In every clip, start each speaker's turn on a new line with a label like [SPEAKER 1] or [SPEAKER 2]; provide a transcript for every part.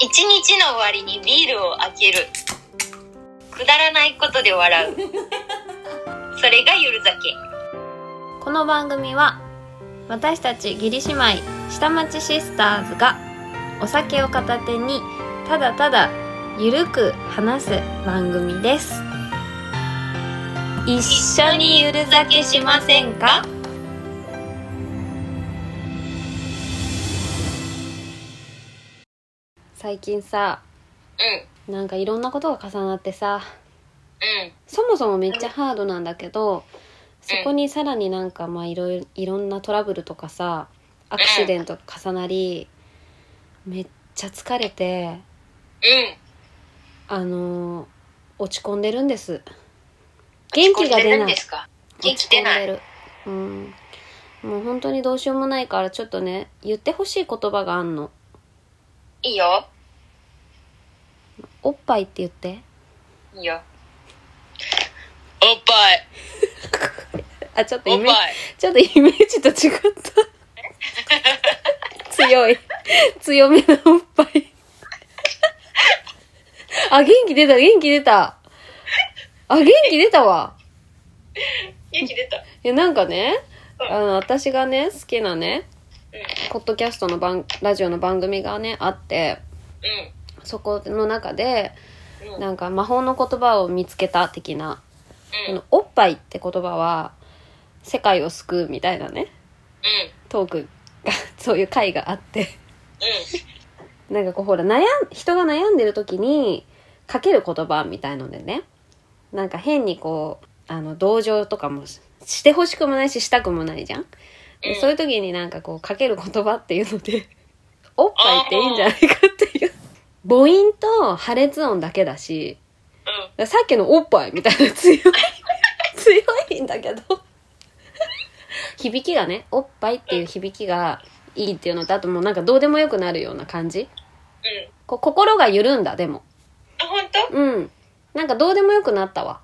[SPEAKER 1] 一日の終わりにビールを開けるくだらないことで笑うそれがゆる酒
[SPEAKER 2] この番組は私たち義理姉妹下町シスターズがお酒を片手にただただゆるく話す番組です一緒にゆる酒しませんか最近さ
[SPEAKER 1] うん
[SPEAKER 2] なんかいろんなことが重なってさ
[SPEAKER 1] うん
[SPEAKER 2] そもそもめっちゃハードなんだけどそこにさらになんかまあいろいろいろんなトラブルとかさアクシデントが重なりめっちゃ疲れて
[SPEAKER 1] うん
[SPEAKER 2] あのー落ち込んでるんです元気が
[SPEAKER 1] こ
[SPEAKER 2] 出
[SPEAKER 1] れ何
[SPEAKER 2] な
[SPEAKER 1] で
[SPEAKER 2] い
[SPEAKER 1] すか元気出ない
[SPEAKER 2] 落ち込んでるうんもう本当にどうしようもないからちょっとね言ってほしい言葉があんの
[SPEAKER 1] いいよ
[SPEAKER 2] おっぱいって言って
[SPEAKER 1] いいよおっぱい
[SPEAKER 2] あちょっと
[SPEAKER 1] お
[SPEAKER 2] イ
[SPEAKER 1] っ
[SPEAKER 2] メージ
[SPEAKER 1] ぱい
[SPEAKER 2] ちょっとイメージと違った。強い。強めのおっぱい。あ、元気出た、元気出た。あ、元気出たわ。
[SPEAKER 1] 元気出た
[SPEAKER 2] いや、なんかね、
[SPEAKER 1] うん
[SPEAKER 2] あの、私がね、好きなね、
[SPEAKER 1] うん
[SPEAKER 2] ポッドキャストの番、ラジオの番組がね、あって、そこの中で、
[SPEAKER 1] うんうん
[SPEAKER 2] なんか魔法の言葉を見つけた的な、
[SPEAKER 1] う
[SPEAKER 2] こ
[SPEAKER 1] ん
[SPEAKER 2] のおっぱいって言葉は、世界を救うみたいな
[SPEAKER 1] う
[SPEAKER 2] ね。
[SPEAKER 1] ん
[SPEAKER 2] トークがそういう回があって
[SPEAKER 1] う
[SPEAKER 2] なんかこうほら悩ん人が悩んでる時にかける言葉みたいのでねなんか変にこうあの同情とかもししてほしくもないししたくもないじゃん、で
[SPEAKER 1] うん
[SPEAKER 2] そういう時になんかこうかける言葉っていうので おっぱいっていいんじゃないかっていう母音と破裂音だけだし
[SPEAKER 1] んうん
[SPEAKER 2] だからさっきのおっぱいみたいな 強い強いんだけど響きがねおっぱいっていう響きがいいっていうのとあともうなんかどうでもよくなるような感じ
[SPEAKER 1] うん
[SPEAKER 2] こう心が緩んだでも
[SPEAKER 1] あ本当
[SPEAKER 2] うんなんかどうでもよくなったわ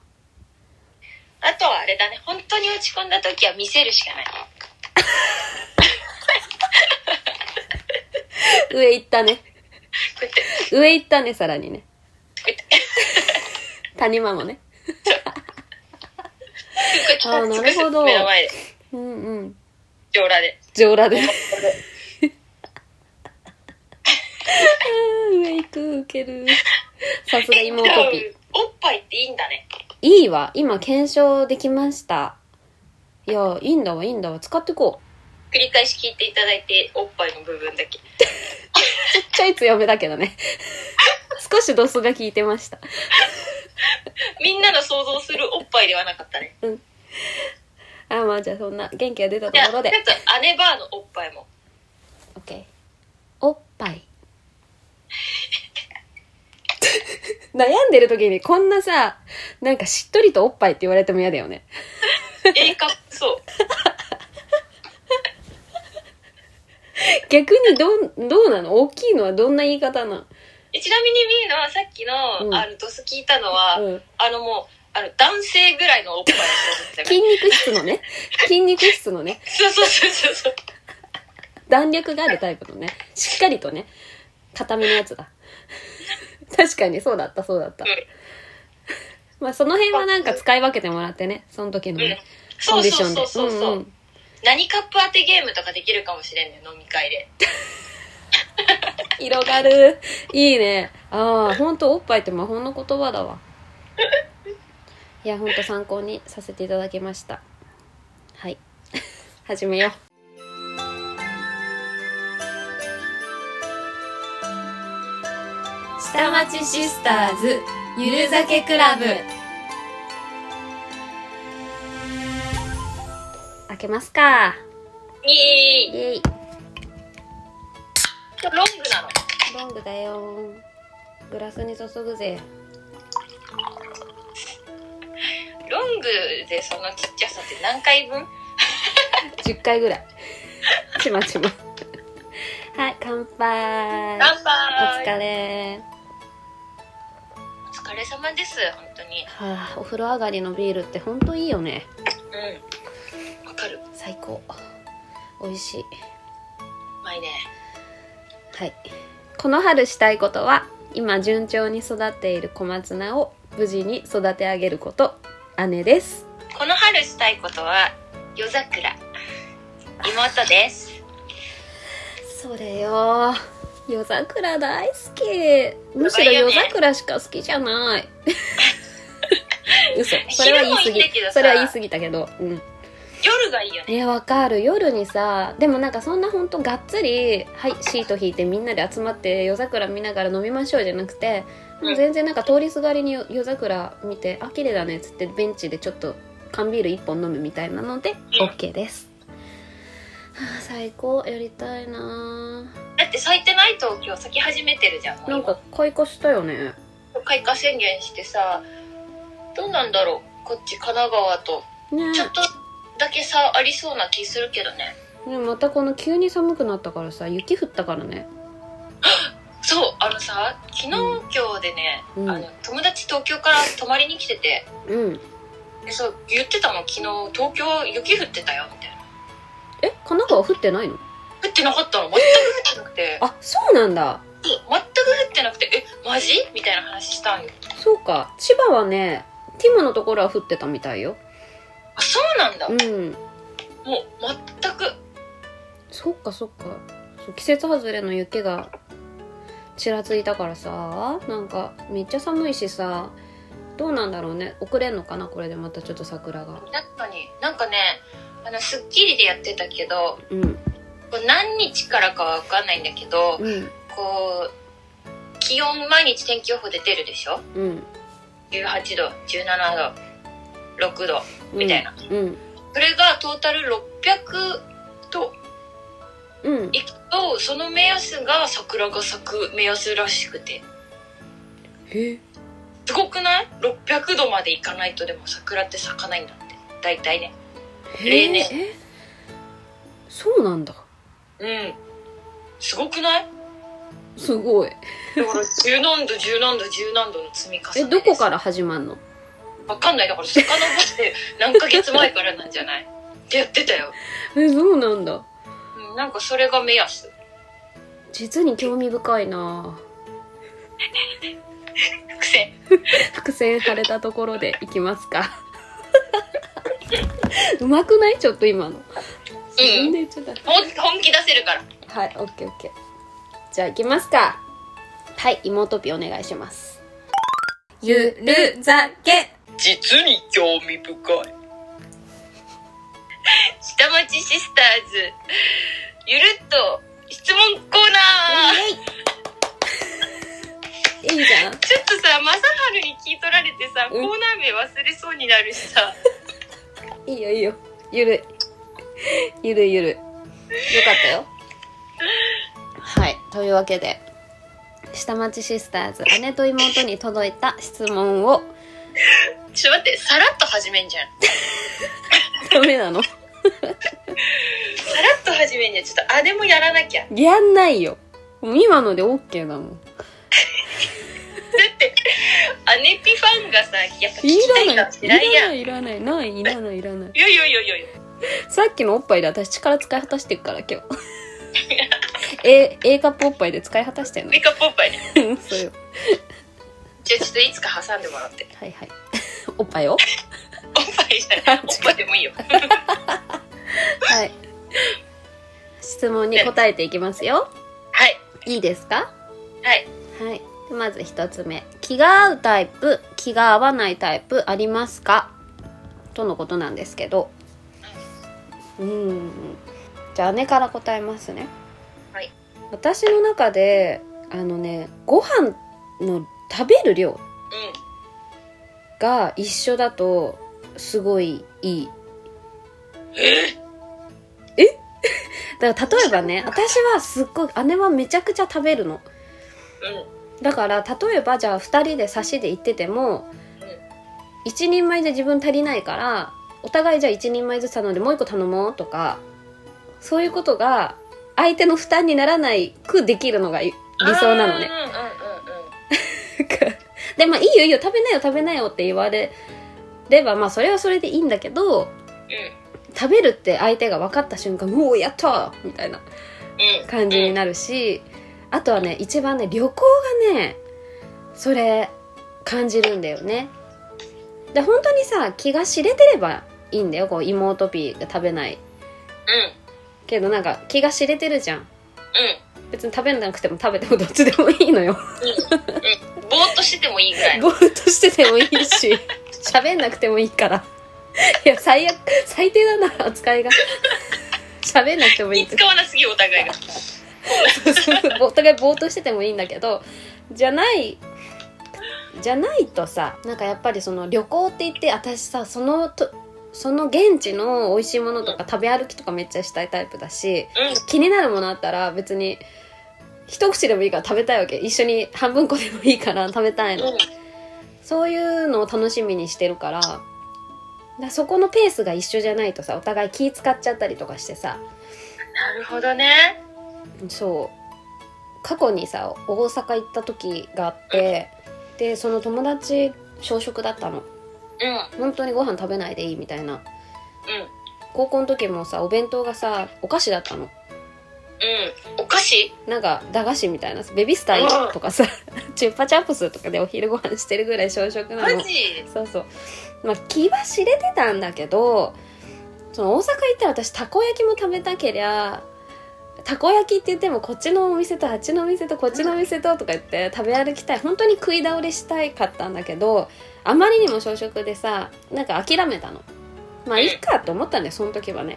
[SPEAKER 1] あとはあれだね本当に落ち込んだ時は見せるしかない
[SPEAKER 2] 上行ったね
[SPEAKER 1] こうやってこ
[SPEAKER 2] 上行ったねさらにね
[SPEAKER 1] うやって
[SPEAKER 2] 谷間もね
[SPEAKER 1] こうやって
[SPEAKER 2] あーなるほど
[SPEAKER 1] 目の前で
[SPEAKER 2] うんうん
[SPEAKER 1] 上裸で
[SPEAKER 2] 上裸であー 上行くウケるさすが妹ピ
[SPEAKER 1] おっぱいっていいんだね
[SPEAKER 2] いいわ今検証できましたいやいいんだわいいんだわ使ってこう
[SPEAKER 1] 繰り返し聞いていただいておっぱいの部分だけ
[SPEAKER 2] ちっちゃい強めだけど ね少しドスが効いてました
[SPEAKER 1] みんなの想像するおっぱいではなかったね
[SPEAKER 2] あまあじゃあそんな元気が出たと
[SPEAKER 1] じゃあ
[SPEAKER 2] こ
[SPEAKER 1] ちょ
[SPEAKER 2] ろ
[SPEAKER 1] っと
[SPEAKER 2] で
[SPEAKER 1] 姉バーのおっぱいも
[SPEAKER 2] OK おっぱい 悩んでる時にこんなさなんかしっとりとおっぱいって言われても嫌だよね
[SPEAKER 1] A カップそう
[SPEAKER 2] 逆にどんどうなの大きいのはどんな言い方な
[SPEAKER 1] えちなみにみーのはさっきの、
[SPEAKER 2] うん
[SPEAKER 1] あのドス聞いたのは、
[SPEAKER 2] の、うん、
[SPEAKER 1] あのもうあの男性ぐらいのおっぱいだと思ってた
[SPEAKER 2] 筋肉質の ね筋肉質のね
[SPEAKER 1] そうそうそうそうそう
[SPEAKER 2] 弾力があるタイプのねしっかりとね固めのやつだ確かにそうだったそうだった、
[SPEAKER 1] うん
[SPEAKER 2] まあその辺はなんか使い分けてもらってねその時の
[SPEAKER 1] うん
[SPEAKER 2] ね、コ
[SPEAKER 1] そ
[SPEAKER 2] ン
[SPEAKER 1] う
[SPEAKER 2] ディシ
[SPEAKER 1] そ
[SPEAKER 2] ョンで
[SPEAKER 1] うそうそうそう、
[SPEAKER 2] うんうん
[SPEAKER 1] 何カップ当てゲームとかできるかもしれんね飲み会で
[SPEAKER 2] 広がるいいねああ本当おっぱいって魔法の言葉だわいや本当参考にさせていただきましたはい 始めよう下町シスターズゆる酒クラブ開けますかイ
[SPEAKER 1] いい
[SPEAKER 2] エイ
[SPEAKER 1] ロングなの
[SPEAKER 2] ロングだよグラスに注ぐぜ
[SPEAKER 1] ロングでそのちっちゃさって何回分
[SPEAKER 2] 10回ぐらいちまちまはい乾
[SPEAKER 1] 乾
[SPEAKER 2] 杯お
[SPEAKER 1] 杯
[SPEAKER 2] 疲れ、
[SPEAKER 1] お疲れ様です本当に
[SPEAKER 2] はあ、お風呂上がりのビールってほんといいよね
[SPEAKER 1] うんわかる
[SPEAKER 2] 最高美味しいう
[SPEAKER 1] まいね
[SPEAKER 2] はい、この春したいことは今順調に育っている小松菜を無事に育て上げること姉です
[SPEAKER 1] この春したいことは夜桜妹です
[SPEAKER 2] それよ夜桜大好きむしろ夜桜しか好きじゃない嘘それは言い過ぎ
[SPEAKER 1] 昼もいいんだけどさ
[SPEAKER 2] それは言い過ぎたけどうん
[SPEAKER 1] 夜がいいよね
[SPEAKER 2] えわかる夜にさでもなんかそんなほんとがっつりはいシート引いてみんなで集まって夜桜見ながら飲みましょうじゃなくてもう全然なんか通りすがりに夜夜桜見てあ綺麗だねっつってベンチでちょっと缶ビール1本飲むみたいなので OK です、はあ、最高やりたいなあ
[SPEAKER 1] だって咲いてない東京咲き始めてるじゃんもう
[SPEAKER 2] なん
[SPEAKER 1] 今
[SPEAKER 2] か開花したよね
[SPEAKER 1] 開花宣言してさどうなんだろうこっち神奈川と
[SPEAKER 2] ね
[SPEAKER 1] ちょっとだけ差ありそうな気するけどね
[SPEAKER 2] えねえまたこの急に寒くなったからさ雪降ったからね
[SPEAKER 1] そうあのさ昨日今日でね、
[SPEAKER 2] うん
[SPEAKER 1] あの友達東京から泊まりに来てて
[SPEAKER 2] うん
[SPEAKER 1] でそう言ってたもん昨日東京雪降ってたよみたいな
[SPEAKER 2] え神奈川降ってないの
[SPEAKER 1] 降ってなかったの全く降ってなくて
[SPEAKER 2] あそうなんだ
[SPEAKER 1] そう全く降ってなくてえマジみたいな話したんよ
[SPEAKER 2] そうか千葉はねティムのところは降ってたみたいよ
[SPEAKER 1] あそうなんだ、
[SPEAKER 2] うん
[SPEAKER 1] もう全く
[SPEAKER 2] そっかそっかそう季節外れの雪がちらついたからさなんかめっちゃ寒いしさどうなんだろうね遅れんのかなこれでまたちょっと桜が
[SPEAKER 1] 確かになんかねあの『スッキリ』でやってたけど
[SPEAKER 2] うん
[SPEAKER 1] こう何日からかは分かんないんだけど
[SPEAKER 2] うん
[SPEAKER 1] こう気温毎日天気予報で出るでしょ
[SPEAKER 2] うん
[SPEAKER 1] 18度17度6度みたいな、
[SPEAKER 2] うん
[SPEAKER 1] それがトータル600度
[SPEAKER 2] うん
[SPEAKER 1] いくとその目安が桜が咲く目安らしくて
[SPEAKER 2] え
[SPEAKER 1] すごくない ?600 度までいかないとでも桜って咲かないんだって大体ね例年
[SPEAKER 2] えそうなんだ
[SPEAKER 1] うんすごくない
[SPEAKER 2] すごい
[SPEAKER 1] だから十何度十何度十何度の積み重ねです
[SPEAKER 2] えどこから始まんの
[SPEAKER 1] わかんないだから遡って何ヶ月前からなんじゃないってやってたよ、
[SPEAKER 2] えそうなんだ
[SPEAKER 1] うん、なんかそれが目安
[SPEAKER 2] 実に興味深いな
[SPEAKER 1] 伏線
[SPEAKER 2] 伏線されたところでいきますかうまくないちょっと今の自分で言っちゃった
[SPEAKER 1] 本本気出せるから
[SPEAKER 2] はいオッケーオッケーじゃあいきますかはい妹ピお願いしますゆるざけ
[SPEAKER 1] 実に興味深い下町シスターズゆるっと質問コーナー
[SPEAKER 2] イエ イいいじゃん
[SPEAKER 1] ちょっとさ正治に聞い取られてさ
[SPEAKER 2] う
[SPEAKER 1] コー
[SPEAKER 2] ん
[SPEAKER 1] ナー名忘れそうになるしさ
[SPEAKER 2] いいよいいよゆるいゆるいゆるいよかったよはいというわけで下町シスターズ姉と妹に届いた質問を
[SPEAKER 1] ちょっと待ってさらっと始めんじゃん
[SPEAKER 2] ダメなの
[SPEAKER 1] さらっと始めんじゃんちょっとあでもやらなきゃだ
[SPEAKER 2] やんないよ今ので OK だもん
[SPEAKER 1] ってアネピファンがさやっぱ聞
[SPEAKER 2] い
[SPEAKER 1] きたい
[SPEAKER 2] ら
[SPEAKER 1] かも
[SPEAKER 2] ない
[SPEAKER 1] し
[SPEAKER 2] い
[SPEAKER 1] れないや
[SPEAKER 2] ら
[SPEAKER 1] ん
[SPEAKER 2] ないいらないないいらないいらない
[SPEAKER 1] いやいやいやいやいや
[SPEAKER 2] さっきのおっぱいで私力使い果たしてるから今日 A, A カップおっぱいで使い果たしてんの
[SPEAKER 1] メイクアップおっぱいね
[SPEAKER 2] うんそうよ
[SPEAKER 1] じゃあちょっといつか挟んでもらって
[SPEAKER 2] はいはいおっぱいを
[SPEAKER 1] おっぱいじゃ ないおっぱいでもいいよ
[SPEAKER 2] はい質問に答えていきますよ
[SPEAKER 1] はい
[SPEAKER 2] いいですか
[SPEAKER 1] はい
[SPEAKER 2] はいまず一つ目気が合うタイプ気が合わないタイプありますかとのことなんですけどうんじゃあ姉から答えますね
[SPEAKER 1] はい
[SPEAKER 2] 私の中であのねご飯の食べる量が一緒だとすごいいい
[SPEAKER 1] うんえ
[SPEAKER 2] だから例えばね私はすっごい姉はめちゃくちゃ食べるの
[SPEAKER 1] う
[SPEAKER 2] だから例えばじゃあ2人で差しで行ってても1人前じゃ自分足りないからお互いじゃあ1人前ずつ頼んでもう1個頼もうとかそういうことが相手の負担にならないくできるのがい
[SPEAKER 1] ん
[SPEAKER 2] 理想なの
[SPEAKER 1] う
[SPEAKER 2] ね。
[SPEAKER 1] んうんうんうんうん
[SPEAKER 2] でまあいいよいいよ食べなよ食べなよって言われればまあそれはそれでいいんだけど食べるって相手が分かった瞬間「もうやった!」みたいな
[SPEAKER 1] うんうん
[SPEAKER 2] 感じになるし、あとはね一番ね旅行がねそれ感じるんだよねで本当にさ気が知れてればいいんだよこう妹ピーが食べないけどなんか気が知れてるじゃん別に食べなくても食べてもどっちでもいいのよ
[SPEAKER 1] うんうんぼーっとしててもいいぐらい
[SPEAKER 2] ぼーっとしててもいいし喋んなくてもいいからいや最悪最低だな扱いが喋んなくてもい い
[SPEAKER 1] 気使わなすぎお互いが
[SPEAKER 2] お互いぼーっとしててもいいんだけどじゃないじゃないとさなんかやっぱりその旅行って言って私さそのとその現地の美味しいものとか食べ歩きとかめっちゃしたいタイプだし
[SPEAKER 1] うん
[SPEAKER 2] 気になるものあったら別に一口でもいいから食べたいわけ一緒に半分こでもいいから食べたいの、
[SPEAKER 1] うん
[SPEAKER 2] そういうのを楽しみにしてるからだからそこのペースが一緒じゃないとさお互い気使っちゃったりとかしてさ
[SPEAKER 1] なるほどね
[SPEAKER 2] そう過去にさ大阪行った時があってでその友達小食だったの
[SPEAKER 1] うんうん
[SPEAKER 2] 本当にご飯食べないでいいみたいな高校の時もさお弁当がさお菓子だったの
[SPEAKER 1] うんお菓子
[SPEAKER 2] なんか駄菓子みたいなベビースターとかさチュッパチャップスとかでお昼ご飯してるぐらい小食な
[SPEAKER 1] マ
[SPEAKER 2] の
[SPEAKER 1] ジ
[SPEAKER 2] そうそうまあ気は知れてたんだけどその大阪行ったら私たこ焼きも食べたけりゃたこ焼きって言ってもこっちのお店とあっちのお店とこっちのお店ととか言って食べ歩きたい本当に食い倒れしたいかったんだけどあまりにも小食でさなんか諦めたのまあいいかと思ったんだよその時はね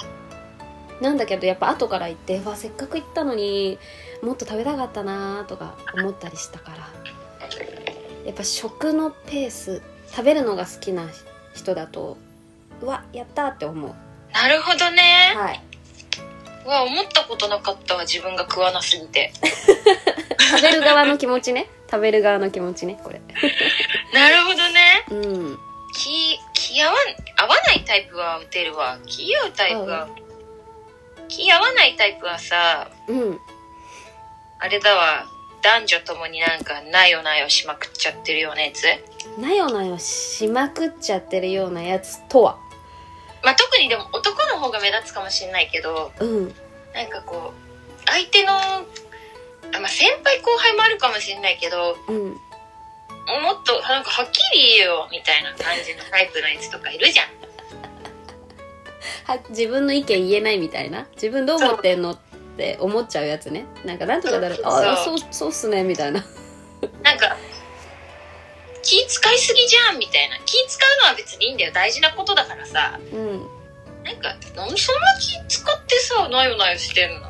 [SPEAKER 2] なんだけどやっぱ後から行ってうわせっかく行ったのにもっと食べたかったなとか思ったりしたからやっぱ食のペース食べるのが好きな人だとうわやったーって思う
[SPEAKER 1] なるほどね
[SPEAKER 2] はい
[SPEAKER 1] うわ思ったことなかったわ自分が食わなすぎて
[SPEAKER 2] 食べる側の気持ちね食べる側の気持ちねこれ
[SPEAKER 1] なるほどね
[SPEAKER 2] うん
[SPEAKER 1] 気気合わん合わないタイプは打てるわ気合うタイプは、気合わないタイプはさ
[SPEAKER 2] うん
[SPEAKER 1] あれだわ男女ともになんかなよなよしまくっちゃってるようなやつ
[SPEAKER 2] なよなよしまくっちゃってるようなやつとは
[SPEAKER 1] まあ特にでも男の方が目立つかもしれないけど
[SPEAKER 2] うん
[SPEAKER 1] なんかこう相手のあまあ先輩後輩もあるかもしれないけど
[SPEAKER 2] うん
[SPEAKER 1] もっとなんかはっきり言えよみたいな感じのタイプのやつとかいるじゃん
[SPEAKER 2] は自分の意見言えないみたいな自分どう思ってんのって思っちゃうやつねなんかなんとかだろう
[SPEAKER 1] そう
[SPEAKER 2] ああそうそうっすねみたいな
[SPEAKER 1] なんか気使いすぎじゃんみたいな気使うのは別にいいんだよ大事なことだからさ
[SPEAKER 2] うん
[SPEAKER 1] なんか何そんな気使ってさなよなよしてんの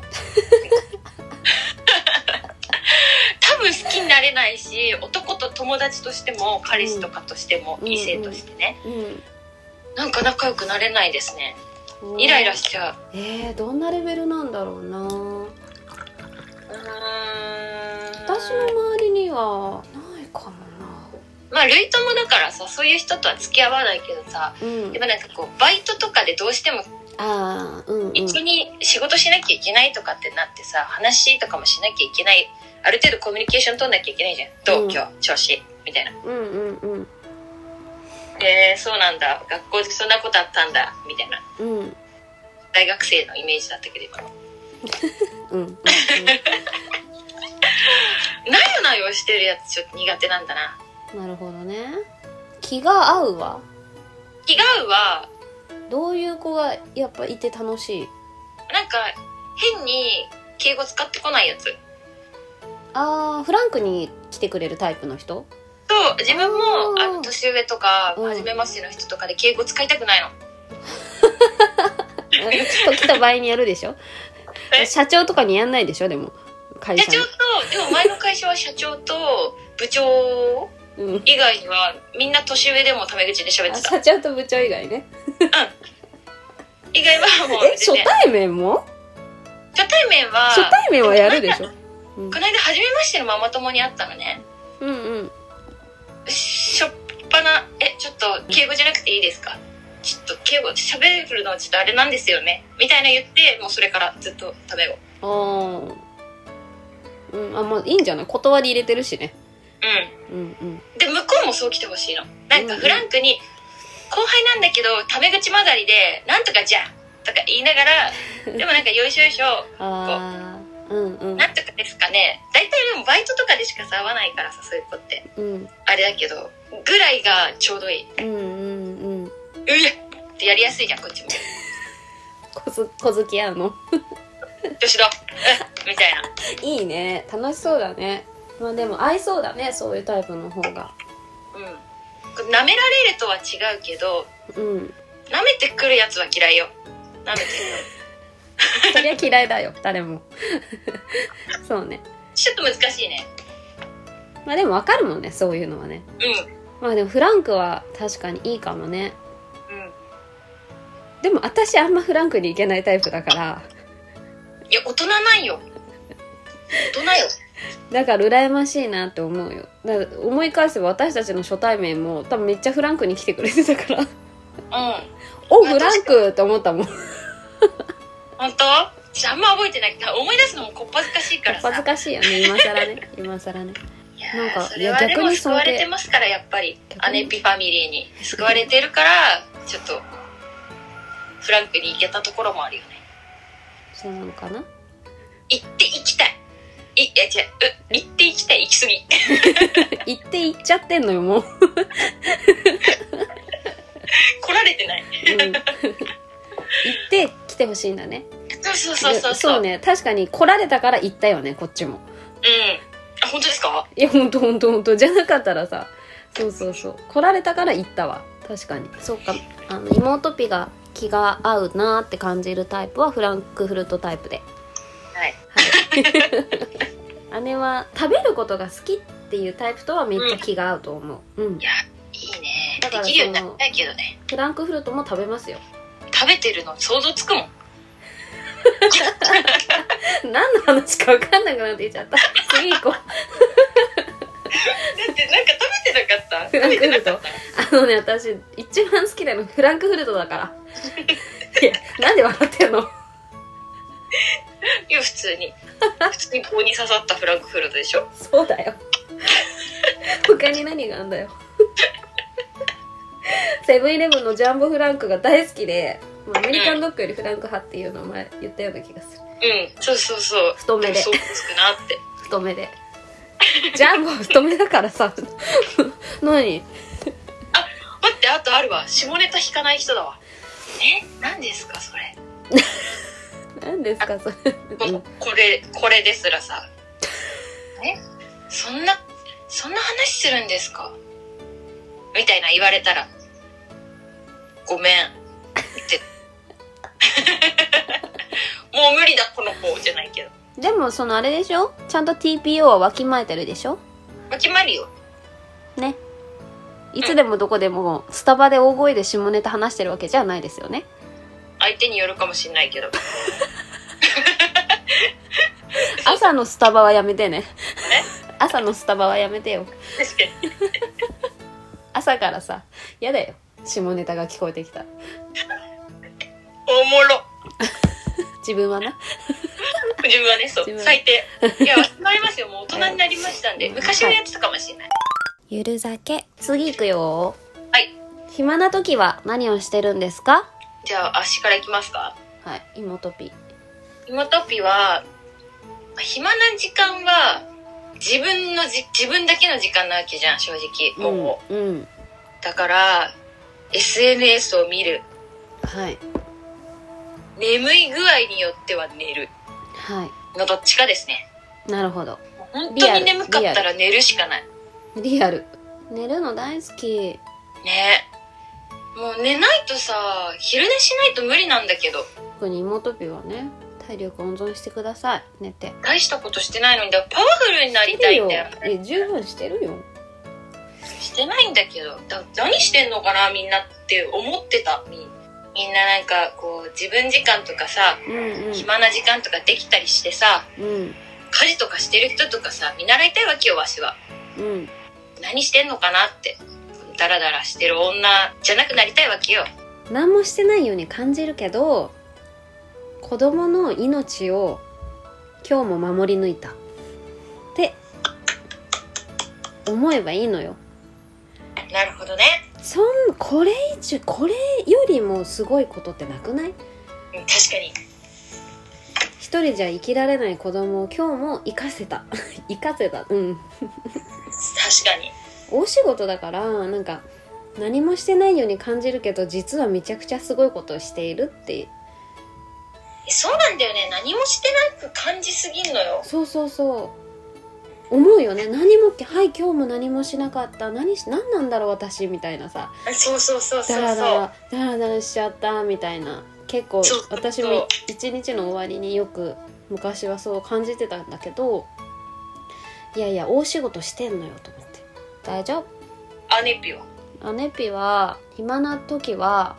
[SPEAKER 1] 多分好きになれないし男と友達としても彼氏とかとしても、
[SPEAKER 2] うん
[SPEAKER 1] 異性としてね、
[SPEAKER 2] う
[SPEAKER 1] なんか仲良くなれないですね
[SPEAKER 2] ん
[SPEAKER 1] イライラしちゃう
[SPEAKER 2] えー、どんなレベルなんだろうな
[SPEAKER 1] うーん
[SPEAKER 2] 私の周りにはないかもな
[SPEAKER 1] まあ類友だからさそういう人とは付き合わないけどさ
[SPEAKER 2] うん
[SPEAKER 1] でもなんかこうバイトとかでどうしても
[SPEAKER 2] ああうんうん
[SPEAKER 1] 一緒に仕事しなきゃいけないとかってなってさ話とかもしなきゃいけないある程度コミュニケーション取んなきゃいけないじゃんどう、
[SPEAKER 2] うん
[SPEAKER 1] 今日調子みたいな
[SPEAKER 2] うんうん
[SPEAKER 1] えー、そうなんだ学校でそんなことあったんだみたいな
[SPEAKER 2] うんうん
[SPEAKER 1] 大学生のイメージだったけど今の
[SPEAKER 2] うんうん
[SPEAKER 1] なよなよしてるやつちょっと苦手なんだな
[SPEAKER 2] なるほどね気が合うわ
[SPEAKER 1] 気が合うは
[SPEAKER 2] どういう子がやっぱいて楽しい
[SPEAKER 1] なんか変に敬語使ってこないやつ
[SPEAKER 2] あーフランクに来てくれるタイプの人
[SPEAKER 1] そう自分
[SPEAKER 2] う
[SPEAKER 1] も
[SPEAKER 2] ん
[SPEAKER 1] あの年上とか
[SPEAKER 2] うん
[SPEAKER 1] 初めましての人とかで敬語使いたくないの
[SPEAKER 2] 時と場合にやるでしょ
[SPEAKER 1] え
[SPEAKER 2] 社長とかにやんないでしょでも会
[SPEAKER 1] 社
[SPEAKER 2] 社
[SPEAKER 1] 長とでも前の会社は社長と部長
[SPEAKER 2] に、うん、
[SPEAKER 1] 以外にはみんな年上でもタメ口で喋
[SPEAKER 2] あ
[SPEAKER 1] ってた
[SPEAKER 2] 社長と部長以外ね
[SPEAKER 1] 以外はもう
[SPEAKER 2] え初
[SPEAKER 1] 全然
[SPEAKER 2] 対面も
[SPEAKER 1] 初対面は
[SPEAKER 2] 初対面はやるでしょ、うん
[SPEAKER 1] この間初めましてのママ友に会ったのね
[SPEAKER 2] うんうん
[SPEAKER 1] しょっぱな「えちょっと敬語じゃなくていいですか?」ちょっと敬語喋るのはちょっとあれなんですよねみたいな言ってもうそれからずっとタメ語
[SPEAKER 2] あーうんあまあいいんじゃない断り入れてるしね
[SPEAKER 1] うん
[SPEAKER 2] うんうん
[SPEAKER 1] で向こうもそう来てほしいのなんか
[SPEAKER 2] うん
[SPEAKER 1] フランクに、後輩なんだけどタメ口混ざりで「なんとかじゃん」とか言いながらでもなんかよいしょよいしょ
[SPEAKER 2] ああうんう
[SPEAKER 1] 「
[SPEAKER 2] ん
[SPEAKER 1] なんとかですかね大体でもバイトとかでしかさ会わないからさそういう子って
[SPEAKER 2] うん
[SPEAKER 1] あれだけどぐらいがちょうどいい
[SPEAKER 2] うんうんうん
[SPEAKER 1] うえっってやりやすいじゃんこっちも
[SPEAKER 2] こず小好きやの
[SPEAKER 1] 女子だうんみたいない
[SPEAKER 2] いね楽しそうだねまあでも合いそうだねそういうタイプの方が
[SPEAKER 1] うんなめられるとは違うけど
[SPEAKER 2] うん
[SPEAKER 1] なめてくるやつは嫌いよなめて
[SPEAKER 2] そりゃ嫌いだよ 誰もそうね
[SPEAKER 1] ちょっと難しいね
[SPEAKER 2] まあでもわかるもんねそういうのはね
[SPEAKER 1] う
[SPEAKER 2] まあでもフランクは確かにいいかもね
[SPEAKER 1] んうん
[SPEAKER 2] でも私あんまフランクにいけないタイプだから
[SPEAKER 1] いや大人なんよ大人よ
[SPEAKER 2] だから羨ましいなって思うよだから思い返せば私たちの初対面も多分めっちゃフランクに来てくれてた から
[SPEAKER 1] うん
[SPEAKER 2] おフランクって思ったもん
[SPEAKER 1] 本当私あんま覚えてない思い出すのもこっぱずかしいからさ
[SPEAKER 2] 恥ずかしいよね今更ね今更ね
[SPEAKER 1] いや
[SPEAKER 2] なんか
[SPEAKER 1] ーそれ
[SPEAKER 2] い
[SPEAKER 1] は
[SPEAKER 2] や
[SPEAKER 1] で
[SPEAKER 2] 逆
[SPEAKER 1] も
[SPEAKER 2] に
[SPEAKER 1] 救
[SPEAKER 2] 尊敬
[SPEAKER 1] われてますからやっぱり
[SPEAKER 2] 逆
[SPEAKER 1] ア
[SPEAKER 2] に
[SPEAKER 1] ネピファミリー に救われてるからちょっとフランクに行けたところもあるよね
[SPEAKER 2] そうなのかな
[SPEAKER 1] 行って行きたいいいや違うう行って行きたい行き過ぎ
[SPEAKER 2] 行って行っちゃってんのよもう、
[SPEAKER 1] 来られてない
[SPEAKER 2] うん、 行って来てほしいんだね
[SPEAKER 1] そうそうそうそう
[SPEAKER 2] でそうね確かに来られたから行ったよねこっちも
[SPEAKER 1] うんあ本当ですか
[SPEAKER 2] いやほんとほんとほんとじゃなかったらさそうそうそう来られたから行ったわ確かにそうかあの妹ピが気が合うなーって感じるタイプはフランクフルトタイプで
[SPEAKER 1] はい
[SPEAKER 2] 姉は食べることが好きっていうタイプとはめっちゃ気が合うと思う、うん
[SPEAKER 1] い、やいいね
[SPEAKER 2] だから
[SPEAKER 1] できるようになりたいけどね
[SPEAKER 2] フランクフルトも食べます よ
[SPEAKER 1] 食べてるの想像つくもん
[SPEAKER 2] 何の話か分かんなくなってきちゃった次行こう
[SPEAKER 1] だってなんか食べてなかった
[SPEAKER 2] フランクフルト
[SPEAKER 1] た
[SPEAKER 2] あのね私一番好きなのフランクフルトだからいやなんで笑ってんの
[SPEAKER 1] いや普通に普通に棒に刺さったフランクフルトでしょ
[SPEAKER 2] そうだよ他に何があんだよセブンイレブンのジャンボフランクが大好きでまあアメリカンドッグよりフランク派っていうのを前言ったような気がする
[SPEAKER 1] うんそうそうそう
[SPEAKER 2] 太めで
[SPEAKER 1] そうつくなって
[SPEAKER 2] 太めでジャンボ太めだからさ何
[SPEAKER 1] 待ってあとあるわ下ネタ引かない人だわえ何ですかそれ
[SPEAKER 2] 何ですかそれ、
[SPEAKER 1] こ
[SPEAKER 2] うん
[SPEAKER 1] これこれですらさえそんなそんな話するんですかみたいな言われたらごめんって もう無理だこの子じゃないけど
[SPEAKER 2] でもそのあれでしょちゃんと TPO はわきまえてるでしょ
[SPEAKER 1] わきまりよ
[SPEAKER 2] ねいつでもどこでもスタバで大声で下ネタ話してるわけじゃないですよね
[SPEAKER 1] 相手によるかもしんないけど
[SPEAKER 2] 朝のスタバはやめてね朝のスタバはやめてよ
[SPEAKER 1] 確かに
[SPEAKER 2] 朝からさやだよ下ネタが聞こえてきた
[SPEAKER 1] おもろ
[SPEAKER 2] 自分はな
[SPEAKER 1] 自分はねそ
[SPEAKER 2] 自分
[SPEAKER 1] う
[SPEAKER 2] は
[SPEAKER 1] 最低 いやわかりますよもう大人になりましたんで昔はやってたかもしれない
[SPEAKER 2] ゆる酒次行くよ
[SPEAKER 1] はい
[SPEAKER 2] 暇な時は何をしてるんですか
[SPEAKER 1] じゃあ足からいきますか
[SPEAKER 2] はい妹ピ
[SPEAKER 1] 妹ピはまあ暇な時間は自分のじ自分だけの時間なわけじゃん正直も
[SPEAKER 2] うん、うん、
[SPEAKER 1] う、だから SNS を見る
[SPEAKER 2] はい
[SPEAKER 1] 眠い具合によっては寝る
[SPEAKER 2] は
[SPEAKER 1] のどっちかですね
[SPEAKER 2] いなるほど
[SPEAKER 1] もう本
[SPEAKER 2] リ
[SPEAKER 1] 当
[SPEAKER 2] アル
[SPEAKER 1] に眠かったら寝るしかない
[SPEAKER 2] リアル寝るの大好き
[SPEAKER 1] ねもう寝ないとさ昼寝しないと無理なんだけど
[SPEAKER 2] 特に妹ピはね体力温存してください寝て
[SPEAKER 1] 大したことしてないのにだからパワフルになりたいんだよ
[SPEAKER 2] いいえ十分してるよ
[SPEAKER 1] してないんだけどだ何してんのかなみんなって思ってたみみんななんかこう自分時間とかさ
[SPEAKER 2] うんう
[SPEAKER 1] 暇な時間とかできたりしてさ
[SPEAKER 2] んうん
[SPEAKER 1] 家事とかしてる人とかさ見習いたいわけよわしは
[SPEAKER 2] うん
[SPEAKER 1] 何してんのかなってダラダラしてる女じゃなくなりたいわけよ
[SPEAKER 2] 何もしてないように感じるけど子供の命を今日も守り抜いたって思えばいいのよ
[SPEAKER 1] なるほどね
[SPEAKER 2] そんこれ以上これよりもすごいことってなくない
[SPEAKER 1] うん確かに
[SPEAKER 2] 一人じゃ生きられない子供を今日も生かせた 生かせたうん
[SPEAKER 1] 確かに。
[SPEAKER 2] 大仕事だからなんか何もしてないように感じるけど実はめちゃくちゃすごいことをしているって
[SPEAKER 1] えそうなんだよね。何もしてなく感じすぎんのよ。
[SPEAKER 2] そうそうそう思うよね何もはい今日も何もしなかった何し何なんだろう私みたいなさ
[SPEAKER 1] そうそうそうそ
[SPEAKER 2] ダ
[SPEAKER 1] う
[SPEAKER 2] ラダ
[SPEAKER 1] そう。
[SPEAKER 2] ラダラダラしちゃったみたいな結構
[SPEAKER 1] そうそうそう
[SPEAKER 2] 私も一日の終わりによく昔はそう感じてたんだけどいやいや大仕事してんのよと思って大丈夫
[SPEAKER 1] アネピは。
[SPEAKER 2] アネピは暇な時は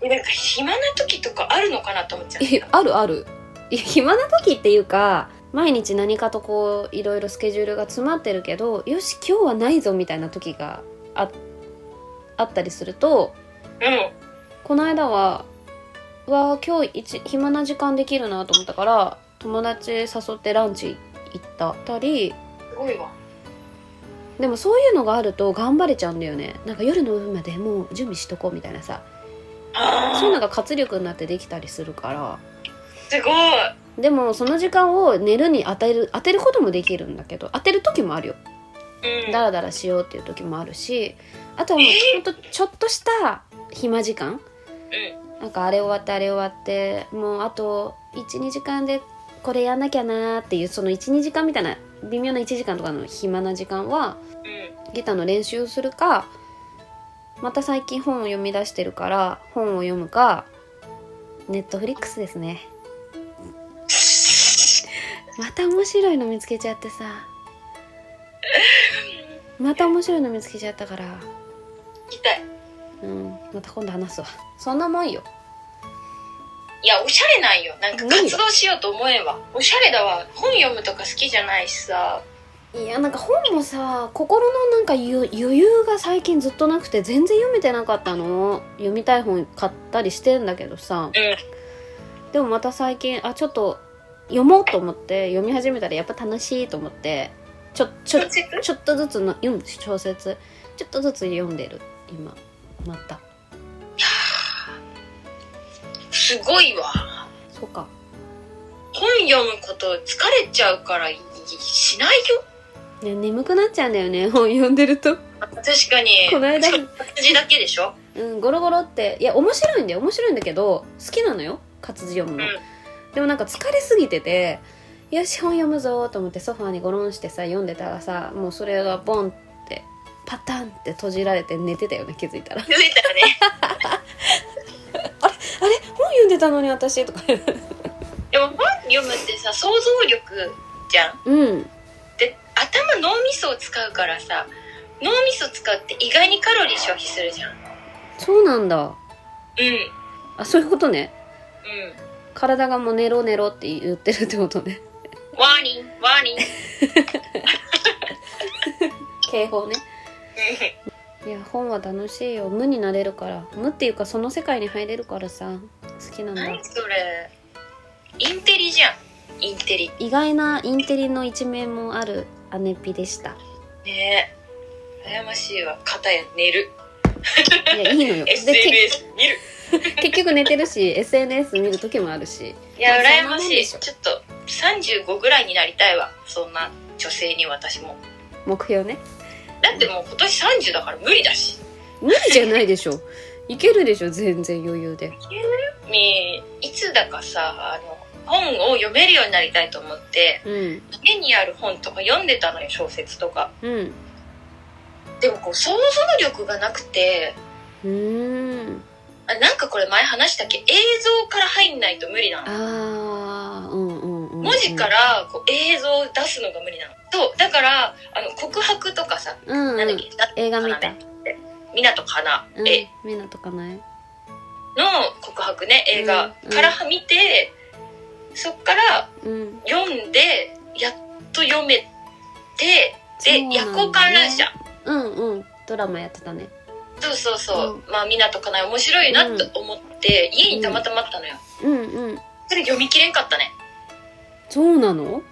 [SPEAKER 1] えなんか暇な時とかあるのかなと思っちゃっ
[SPEAKER 2] え
[SPEAKER 1] た。
[SPEAKER 2] あるあるいや暇な時っていうか毎日何かとこういろいろスケジュールが詰まってるけどよし今日はないぞみたいな時がああったりすると
[SPEAKER 1] う
[SPEAKER 2] この間は「わあ今日一暇な時間できるな」と思ったから友達誘ってランチ行ったたり
[SPEAKER 1] ん。すごいわ。
[SPEAKER 2] でもそういうのがあると頑張れちゃうんだよねなんか夜の分までもう準備しとこうみたいなさ
[SPEAKER 1] あ
[SPEAKER 2] そういうのが活力になってできたりするから。
[SPEAKER 1] すごい。
[SPEAKER 2] でもその時間を寝るに当てる当てることもできるんだけど当てる時もあるよ
[SPEAKER 1] うん。
[SPEAKER 2] ダラダラしようっていう時もあるしあとはもうほんとちょっとした暇時間
[SPEAKER 1] う
[SPEAKER 2] なんかあれ終わってあれ終わってもうあと12時間でこれやんなきゃなーっていうその12時間みたいな微妙な1時間とかの暇な時間は
[SPEAKER 1] ん。うん。
[SPEAKER 2] ギターの練習をするかまた最近本を読み出してるから本を読むかネットフリックスですねまた面白いの見つけちゃってさまた面白いの見つけちゃったから
[SPEAKER 1] 行きたい。
[SPEAKER 2] うんまた今度話すわそんなもんよ
[SPEAKER 1] いや、おしゃれなんよ。なんか
[SPEAKER 2] 何
[SPEAKER 1] 活動しようと思えば。おしゃれだわ。本読むとか好きじゃないしさ。
[SPEAKER 2] いやなんか本もさ心のなんかゆ余裕が最近ずっとなくて全然読めてなかったの読みたい本買ったりしてんだけどさ
[SPEAKER 1] うん。
[SPEAKER 2] でもまた最近あちょっと読もうと思って読み始めたらやっぱ楽しいと思ってちょちょ
[SPEAKER 1] 小説
[SPEAKER 2] ちょっとずつの読む小説ちょっとずつ読んでる今また
[SPEAKER 1] すごいわ。
[SPEAKER 2] そうか
[SPEAKER 1] 本読むこと疲れちゃうからいしないよ。
[SPEAKER 2] ね、眠くなっちゃうんだよね 本読んでると
[SPEAKER 1] 確かに。
[SPEAKER 2] この間
[SPEAKER 1] しかも活字だけでし ょ
[SPEAKER 2] うんゴロゴロっていや面白いんだよ面白いんだけど好きなのよ活字読む
[SPEAKER 1] うん。
[SPEAKER 2] の、
[SPEAKER 1] うん。
[SPEAKER 2] でもなんか疲れすぎててよし本読むぞーと思ってソファーにゴロンしてさ読んでたらさもうそれがボンってパタンって閉じられて寝てたよね気づいたら あれ
[SPEAKER 1] 気づいたらね。
[SPEAKER 2] 本読んでたのに私とか
[SPEAKER 1] でも本読むってさ、想像力じゃん。
[SPEAKER 2] うん
[SPEAKER 1] で、頭脳みそを使うからさ、脳みそ使うって意外にカロリー消費するじゃん。うん。
[SPEAKER 2] そうなんだ
[SPEAKER 1] うん。
[SPEAKER 2] あそういうことね体がもう寝ろ寝ろって言ってるってことね
[SPEAKER 1] ワーニング、ワーニング。
[SPEAKER 2] 警報ねいや本は楽しいよ無になれるから無っていうかその世界に入れるからさ好きなんだ
[SPEAKER 1] 何それインテリじゃんインテリ
[SPEAKER 2] 意外なインテリの一面もあるアネピ でした
[SPEAKER 1] ねえ羨ましいわ片や寝る
[SPEAKER 2] いやいいのよでけ
[SPEAKER 1] SNS 見る
[SPEAKER 2] 結局寝てるし SNS 見る時もあるし
[SPEAKER 1] いや
[SPEAKER 2] まあそん
[SPEAKER 1] 羨
[SPEAKER 2] なも
[SPEAKER 1] ま
[SPEAKER 2] ん
[SPEAKER 1] し
[SPEAKER 2] で
[SPEAKER 1] い
[SPEAKER 2] しょ
[SPEAKER 1] ちょっと35ぐらいになりたいわそんな女性に私も
[SPEAKER 2] 目標ね
[SPEAKER 1] だってもう今年30だから無理だし
[SPEAKER 2] 無理じゃないでしょいけるでしょ全然余裕で
[SPEAKER 1] みいつだかさあの本を読めるようになりたいと思って
[SPEAKER 2] うん
[SPEAKER 1] 家にある本とか読んでたのよ小説とか
[SPEAKER 2] うん
[SPEAKER 1] でもこう想像力がなくて
[SPEAKER 2] うーん
[SPEAKER 1] あなんかこれ前話したっけ映像から入んないと無理なの
[SPEAKER 2] あーうんうんうんうん
[SPEAKER 1] 文字からこう映像を出すのが無理なの。そう、だから、あの、告白とかさ、
[SPEAKER 2] うん、うん、
[SPEAKER 1] なんだっけ、
[SPEAKER 2] 映画見た
[SPEAKER 1] みなとかな
[SPEAKER 2] うん
[SPEAKER 1] え
[SPEAKER 2] みんなとかない
[SPEAKER 1] の告白ね、映画
[SPEAKER 2] うん
[SPEAKER 1] から見て、そっから
[SPEAKER 2] うん
[SPEAKER 1] 読んで、やっと読めて、
[SPEAKER 2] そう
[SPEAKER 1] で
[SPEAKER 2] なん、だね
[SPEAKER 1] 夜行観覧車。
[SPEAKER 2] うんうんドラマやってたね
[SPEAKER 1] そうそうそう。
[SPEAKER 2] う
[SPEAKER 1] まあ、みなとかな面白いなと思って、家にたまたまあったのよ。
[SPEAKER 2] うんうん
[SPEAKER 1] それ読み切れんかったね。
[SPEAKER 2] そうなの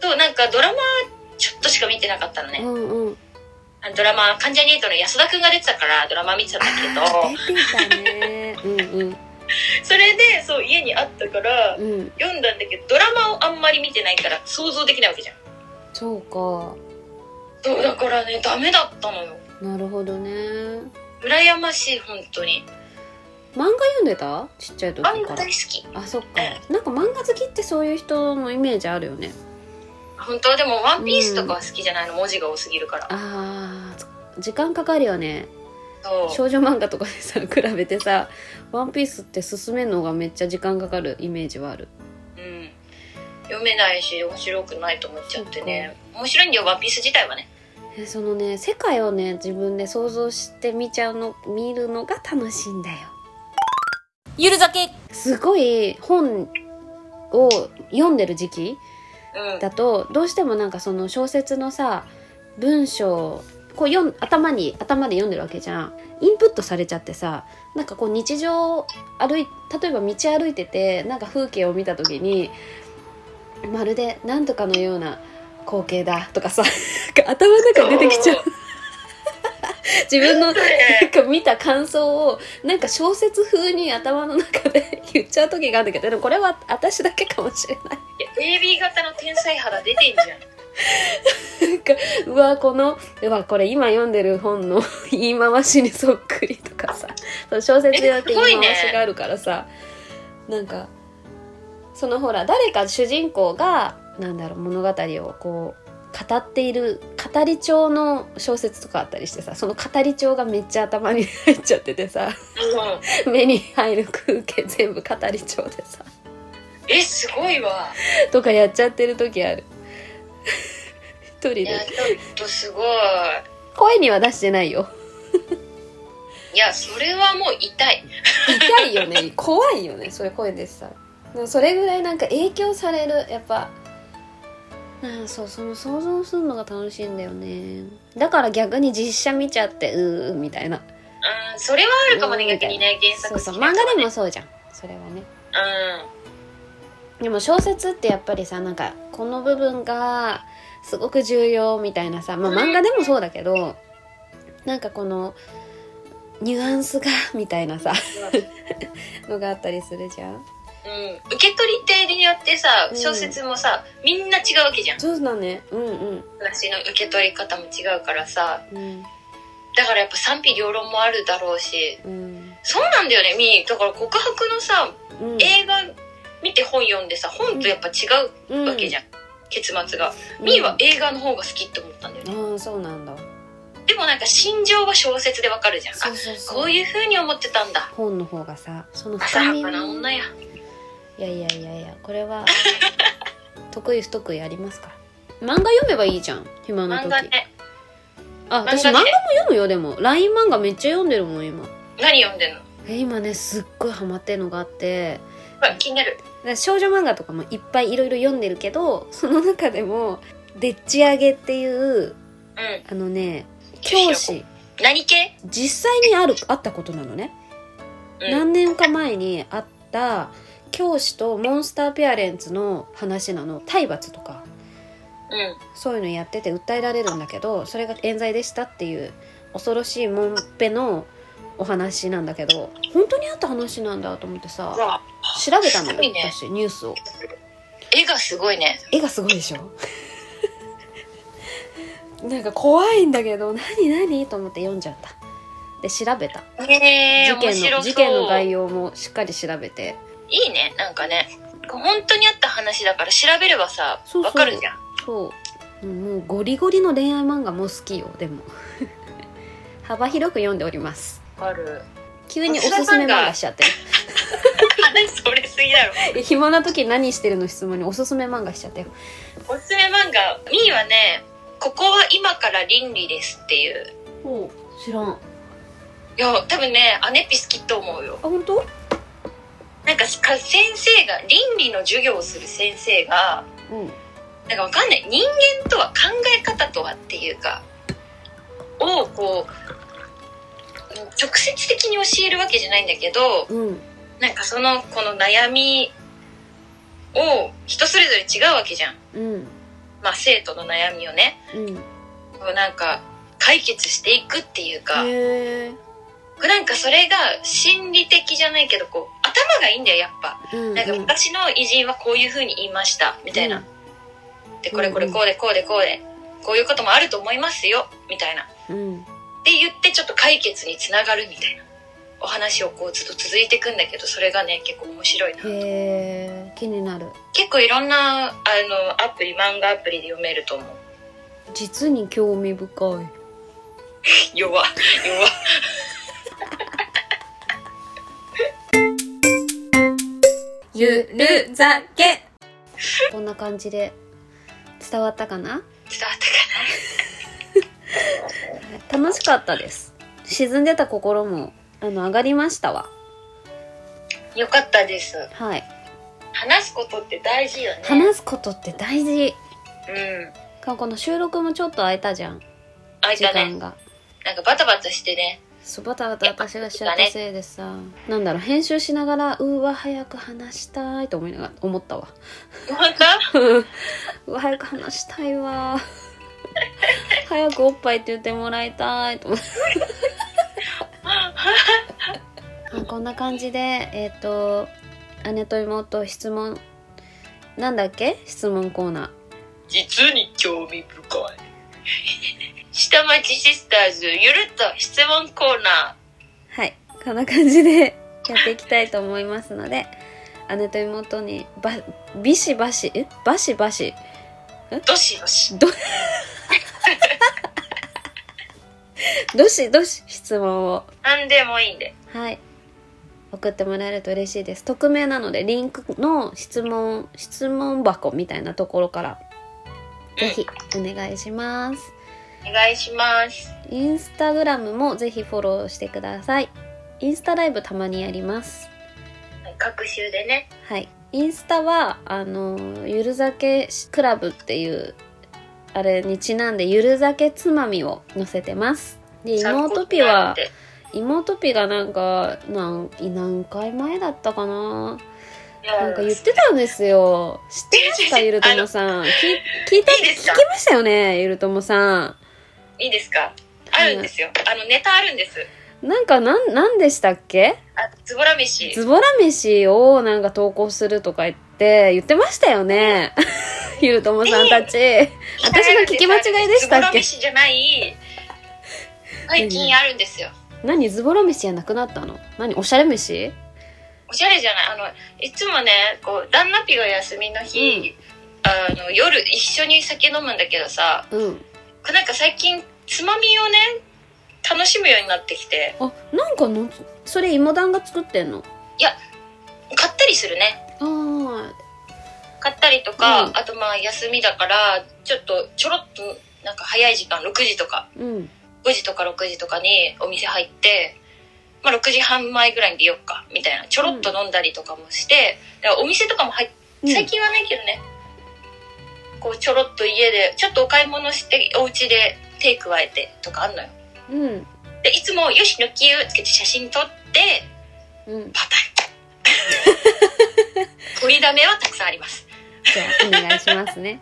[SPEAKER 1] そう、なんかドラマ、ちょっとしか見てなかったの
[SPEAKER 2] う
[SPEAKER 1] ね。
[SPEAKER 2] んうん
[SPEAKER 1] あのドラマ、関ジャニ エイトの安田くんが出てたから、ドラマ見てたんだけど。
[SPEAKER 2] 出てたねうんうん
[SPEAKER 1] それでそう家にあったから
[SPEAKER 2] うん
[SPEAKER 1] 読んだんだけどドラマをあんまり見てないから想像できないわけじゃん
[SPEAKER 2] そうか
[SPEAKER 1] そうだからねダメだったのよ
[SPEAKER 2] なるほどね
[SPEAKER 1] 羨ましい本当に
[SPEAKER 2] 漫画読んでたちっちゃい時
[SPEAKER 1] 漫
[SPEAKER 2] か
[SPEAKER 1] 画
[SPEAKER 2] ら
[SPEAKER 1] 大好き
[SPEAKER 2] あそっかなんか漫画好きってそういう人のイメージあるよね
[SPEAKER 1] 本当でも「ワンピースとかは好きじゃないの、文字が多すぎるから
[SPEAKER 2] あー時間かかるよね
[SPEAKER 1] そう
[SPEAKER 2] 少女漫画とかでさ 比べてさ「ワンピースって進めるのがめっちゃ時間かかるイメージはある
[SPEAKER 1] うん読めないし面白くないと思っちゃってね面白いんだよ「ワンピース自体はね
[SPEAKER 2] えそのね世界をね自分で想像して見ちゃうの見るのが楽しいんだよ
[SPEAKER 1] ゆる酒
[SPEAKER 2] すごい本を読んでる時期
[SPEAKER 1] うん
[SPEAKER 2] だとどうしてもなんかその小説のさ文章をこう読ん頭に頭で読んでるわけじゃんインプットされちゃってさなんかこう日常歩い例えば道歩いててなんか風景を見た時にまるで何とかのような光景だとかさ なんか頭の中に出てきちゃう
[SPEAKER 1] そう
[SPEAKER 2] 自分のな
[SPEAKER 1] ね
[SPEAKER 2] んか見た感想をなんか小説風に頭の中で 言っちゃう時があるんだけどでもこれは私だけかもしれない
[SPEAKER 1] いや AB 型の天才肌出てんじゃん
[SPEAKER 2] うわこのうわこれ今読んでる本の 言い回しにそっくりとかさその小説によって言い回しがあるからさ、なんかそのほら誰か主人公がなんだろう物語をこう語っている語り調の小説とかあったりしてさその語り調がめっちゃ頭に入っちゃっててさ
[SPEAKER 1] うん
[SPEAKER 2] 目に入る風景全部語り調でさ
[SPEAKER 1] えすごいわ
[SPEAKER 2] とかやっちゃってる時ある一人
[SPEAKER 1] いや
[SPEAKER 2] で
[SPEAKER 1] ちょっとすごい
[SPEAKER 2] 声には出してないよ
[SPEAKER 1] いやそれはもう痛い
[SPEAKER 2] 痛いよね怖いよねそういう声でしたらでもそれぐらいなんか影響されるやっぱうんそうその想像するのが楽しいんだよねだから逆に実写見ちゃってうーみたいな
[SPEAKER 1] うんそれはあるかもね
[SPEAKER 2] うん
[SPEAKER 1] 逆にね原作
[SPEAKER 2] そ
[SPEAKER 1] 好き
[SPEAKER 2] うそう
[SPEAKER 1] だ
[SPEAKER 2] 漫
[SPEAKER 1] から
[SPEAKER 2] 画で
[SPEAKER 1] ね
[SPEAKER 2] もそうじゃんそれはね
[SPEAKER 1] うん
[SPEAKER 2] でも小説ってやっぱりさなんかこの部分がすごく重要みたいなさ、まあ、漫画でもそうだけどなんかこのニュアンスがみたいなさのがあったりするじゃん
[SPEAKER 1] うん、受け取り手によってさ
[SPEAKER 2] うん
[SPEAKER 1] 小説もさ、みんな違うわけじゃん
[SPEAKER 2] そうだねうんうん
[SPEAKER 1] 話の受け取り方も違うからさ
[SPEAKER 2] うん
[SPEAKER 1] だからやっぱ賛否両論もあるだろうし
[SPEAKER 2] うん
[SPEAKER 1] そうなんだよねみーだから告白のさ
[SPEAKER 2] うん
[SPEAKER 1] 映画見て本読んでさ本とやっぱ違うわけじゃん、結末が、みーは映画の方が好きって思ったんだよね
[SPEAKER 2] うんああそうなんだ
[SPEAKER 1] でもなんか心情は小説でわかるじゃん
[SPEAKER 2] そう
[SPEAKER 1] あ
[SPEAKER 2] そうそう
[SPEAKER 1] こういう風に思ってたんだ
[SPEAKER 2] 本の方がさその
[SPEAKER 1] 浅
[SPEAKER 2] 深
[SPEAKER 1] は
[SPEAKER 2] みを
[SPEAKER 1] かな女や
[SPEAKER 2] いやいやいやいやこれは 得意不得意ありますから漫画読めばいいじゃん暇な
[SPEAKER 1] 漫
[SPEAKER 2] 時
[SPEAKER 1] 画ね
[SPEAKER 2] あ私漫
[SPEAKER 1] 漫
[SPEAKER 2] 画
[SPEAKER 1] 画
[SPEAKER 2] も
[SPEAKER 1] ね
[SPEAKER 2] 読むよでも LINE 漫画めっちゃ読んでるもん今
[SPEAKER 1] 何読んでんの
[SPEAKER 2] え今ねすっごいハマってるのがあって
[SPEAKER 1] ほら気になる
[SPEAKER 2] で少女漫画とかもいっぱいいろいろ読んでるけどその中でも「でっち上げ」っていう
[SPEAKER 1] うん
[SPEAKER 2] あのね教師
[SPEAKER 1] 何系
[SPEAKER 2] 実際にあるあったことなのね
[SPEAKER 1] うん
[SPEAKER 2] 何年か前にあった教師とモンスターペアレンツの話なの体罰とか
[SPEAKER 1] うん
[SPEAKER 2] そういうのやってて訴えられるんだけどそれが冤罪でしたっていう恐ろしいもんぺのお話なんだけど本当にあった話なんだと思ってさ
[SPEAKER 1] うわ
[SPEAKER 2] 調べたの
[SPEAKER 1] すご
[SPEAKER 2] よ、
[SPEAKER 1] いね
[SPEAKER 2] 私ニュースを
[SPEAKER 1] 絵がすごいね
[SPEAKER 2] 絵がすごいでしょ なんか怖いんだけど何何と思って読んじゃったで調べた
[SPEAKER 1] ねえ
[SPEAKER 2] 事
[SPEAKER 1] 面
[SPEAKER 2] 件
[SPEAKER 1] 白そ
[SPEAKER 2] の
[SPEAKER 1] う
[SPEAKER 2] 事件の概要もしっかり調べて
[SPEAKER 1] いいねなんかね本当にあった話だから調べればさ
[SPEAKER 2] そうそう
[SPEAKER 1] わかるじゃん
[SPEAKER 2] そうもうゴリゴリの恋愛漫画も好きよでも 幅広く読んでおります
[SPEAKER 1] わかる
[SPEAKER 2] 急におすすめ漫画しちゃってる
[SPEAKER 1] 話 それすぎだろ
[SPEAKER 2] え 暇な時何してるの質問におすすめ漫画しちゃったよ
[SPEAKER 1] おすすめ漫画みーはね「ここは今から倫理です」っていう
[SPEAKER 2] お知らんあ
[SPEAKER 1] いや多分ねアネピ好きと思うよ
[SPEAKER 2] 本当
[SPEAKER 1] なんかか先生が倫理の授業をする先生が
[SPEAKER 2] うん
[SPEAKER 1] なんかわかんない人間とは考え方とはっていうかをこう直接的に教えるわけじゃないんだけど
[SPEAKER 2] うん
[SPEAKER 1] なんかそのこの悩みを人それぞれ違うわけじゃん。
[SPEAKER 2] うん
[SPEAKER 1] まあ生徒の悩みをね、
[SPEAKER 2] うん
[SPEAKER 1] こうなんか解決していくっていうか、
[SPEAKER 2] へえ
[SPEAKER 1] なんかそれが心理的じゃないけどこう頭がいいんだよ、やっぱ。
[SPEAKER 2] うん
[SPEAKER 1] なんか
[SPEAKER 2] うん
[SPEAKER 1] 昔の偉人はこういう風に言いました、みたいな。で、これこれこうでこうでこうで、こういうこともあると思いますよ、みたいな。
[SPEAKER 2] うん
[SPEAKER 1] って言ってちょっと解決につながるみたいなお話をこうずっと続いていくんだけどそれがね結構面白いな
[SPEAKER 2] へえ気になる
[SPEAKER 1] 結構いろんなあのアプリ漫画アプリで読めると思う
[SPEAKER 2] 実に興味深い
[SPEAKER 1] 弱 弱
[SPEAKER 2] ゆるざけこんな感じで伝わったかな
[SPEAKER 1] 伝わった
[SPEAKER 2] 楽しかったです沈んでた心もあの上がりましたわ
[SPEAKER 1] かなよかったです
[SPEAKER 2] はい
[SPEAKER 1] 話すことって大事よね
[SPEAKER 2] 話すことって大事
[SPEAKER 1] うん
[SPEAKER 2] かこの収録もちょっと空いたじゃん
[SPEAKER 1] あい
[SPEAKER 2] 時
[SPEAKER 1] たね
[SPEAKER 2] 間が
[SPEAKER 1] なんかバタバタしてね
[SPEAKER 2] そうバタバタ私がしちゃったせいでさ、なんだろう編集しながらうわ早く話したいと思いながら思ったわ
[SPEAKER 1] 本当
[SPEAKER 2] うわ早く話したいわ 早くおっぱいって言ってもらいたいと思 ってまあこんな感じでえっ、と姉と妹質問なんだっけ質問コーナー
[SPEAKER 1] 実に興味深い下町シスターズゆるっと質問コーナ
[SPEAKER 2] はい、こんな感じで やっていきたいと思いますので、姉と妹にばビシバシえバシバシ
[SPEAKER 1] ーどしどし
[SPEAKER 2] どしどし質問を
[SPEAKER 1] 何でもいいんで
[SPEAKER 2] はい送ってもらえると嬉しいです。匿名なのでリンクの質問質問箱みたいなところからぜひお願いします。
[SPEAKER 1] お願いします
[SPEAKER 2] インスタグラムもぜひフォローしてください。インスタライブたまにやります。
[SPEAKER 1] 各週でね
[SPEAKER 2] はい。インスタは、あの、ゆる酒クラブっていう、あれにちなんで、ゆる酒つまみを載せてます。で、妹ピは、妹ピがなんか、なん、何回前だったかななんか言ってたんですよ。知ってました、
[SPEAKER 1] いや
[SPEAKER 2] ゆるともさん。き聞いた、
[SPEAKER 1] いいです
[SPEAKER 2] 聞
[SPEAKER 1] か
[SPEAKER 2] きましたよね、ゆるともさ
[SPEAKER 1] いいですかあるんですよ、あのネタあるんです
[SPEAKER 2] ん。なんか、なん、なんでしたっけ
[SPEAKER 1] あズボラ飯
[SPEAKER 2] ズボラ飯をなんか投稿するとか言って、言ってました よね。ゆるともさんたち。私が聞き間違いでした
[SPEAKER 1] ズボ
[SPEAKER 2] っけ
[SPEAKER 1] ラ飯じゃない最近あるんですよ
[SPEAKER 2] 何ズボラ飯じゃなくなったの何おしゃれ飯
[SPEAKER 1] おしゃれじゃないあのいつもねこう旦那ピが休みの日、あの夜一緒に酒飲むんだけどさ
[SPEAKER 2] うん。
[SPEAKER 1] なんか最近つまみをね楽しむようになってきて
[SPEAKER 2] あ、なんかの、それ芋団が作ってんの
[SPEAKER 1] 買ったりするね
[SPEAKER 2] ああ、
[SPEAKER 1] 買ったりとか、
[SPEAKER 2] うん
[SPEAKER 1] あとまあ休みだからちょっとちょろっとなんか早い時間6時とか
[SPEAKER 2] うん。
[SPEAKER 1] 5時とか6時とかにお店入って、まあ、6時半前ぐらいに出よっかみたいなちょろっと飲んだりとかもして、だからお店とかも入っ最近はないけどね、こうちょろっと家でちょっとお買い物してお家で手加えてとかあんのよ
[SPEAKER 2] うん。うん。
[SPEAKER 1] でいつも「よし抜き湯」つけて写真撮って
[SPEAKER 2] うん。
[SPEAKER 1] パ タリ取りだめはたくさんあります
[SPEAKER 2] じゃあ、お願いしますね。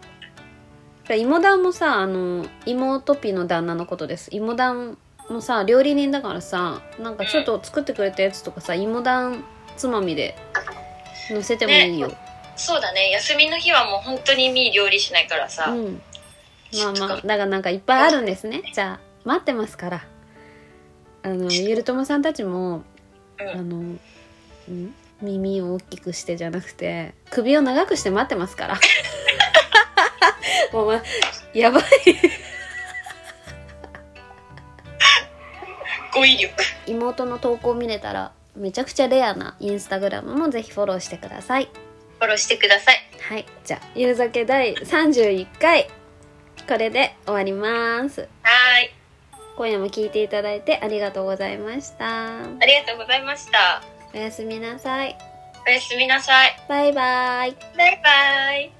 [SPEAKER 2] じゃあ芋団もさ、あの、妹ピの旦那のことです。芋団もさ、料理人だからさ、なんかちょっと作ってくれたやつとかさ、芋団つまみで乗せてもいいよ。
[SPEAKER 1] そうだね休みの日はもう本当にみー料理しないからさ、
[SPEAKER 2] うん。まあ
[SPEAKER 1] ちょっ
[SPEAKER 2] まあ、
[SPEAKER 1] と
[SPEAKER 2] だからなんかいっぱいあるんですね。じゃあ、待ってますから。あの、ゆるともさんたちも、
[SPEAKER 1] うん
[SPEAKER 2] あの、ん耳を大きくしてじゃなくて、首を長くして待ってま すから。もう、まあ、やばい。
[SPEAKER 1] 語彙力
[SPEAKER 2] 妹の投稿見れたら、めちゃくちゃレアなインスタグラムもぜひフォローしてください。
[SPEAKER 1] フォローしてください
[SPEAKER 2] はい。じゃあ、ゆる酒第31回、これで終わります。
[SPEAKER 1] はーい
[SPEAKER 2] 今夜も聞いていただいてありがとうございました。
[SPEAKER 1] ありがとうございました
[SPEAKER 2] おやすみなさい。
[SPEAKER 1] おやすみなさい
[SPEAKER 2] バイバイ。
[SPEAKER 1] バイバイ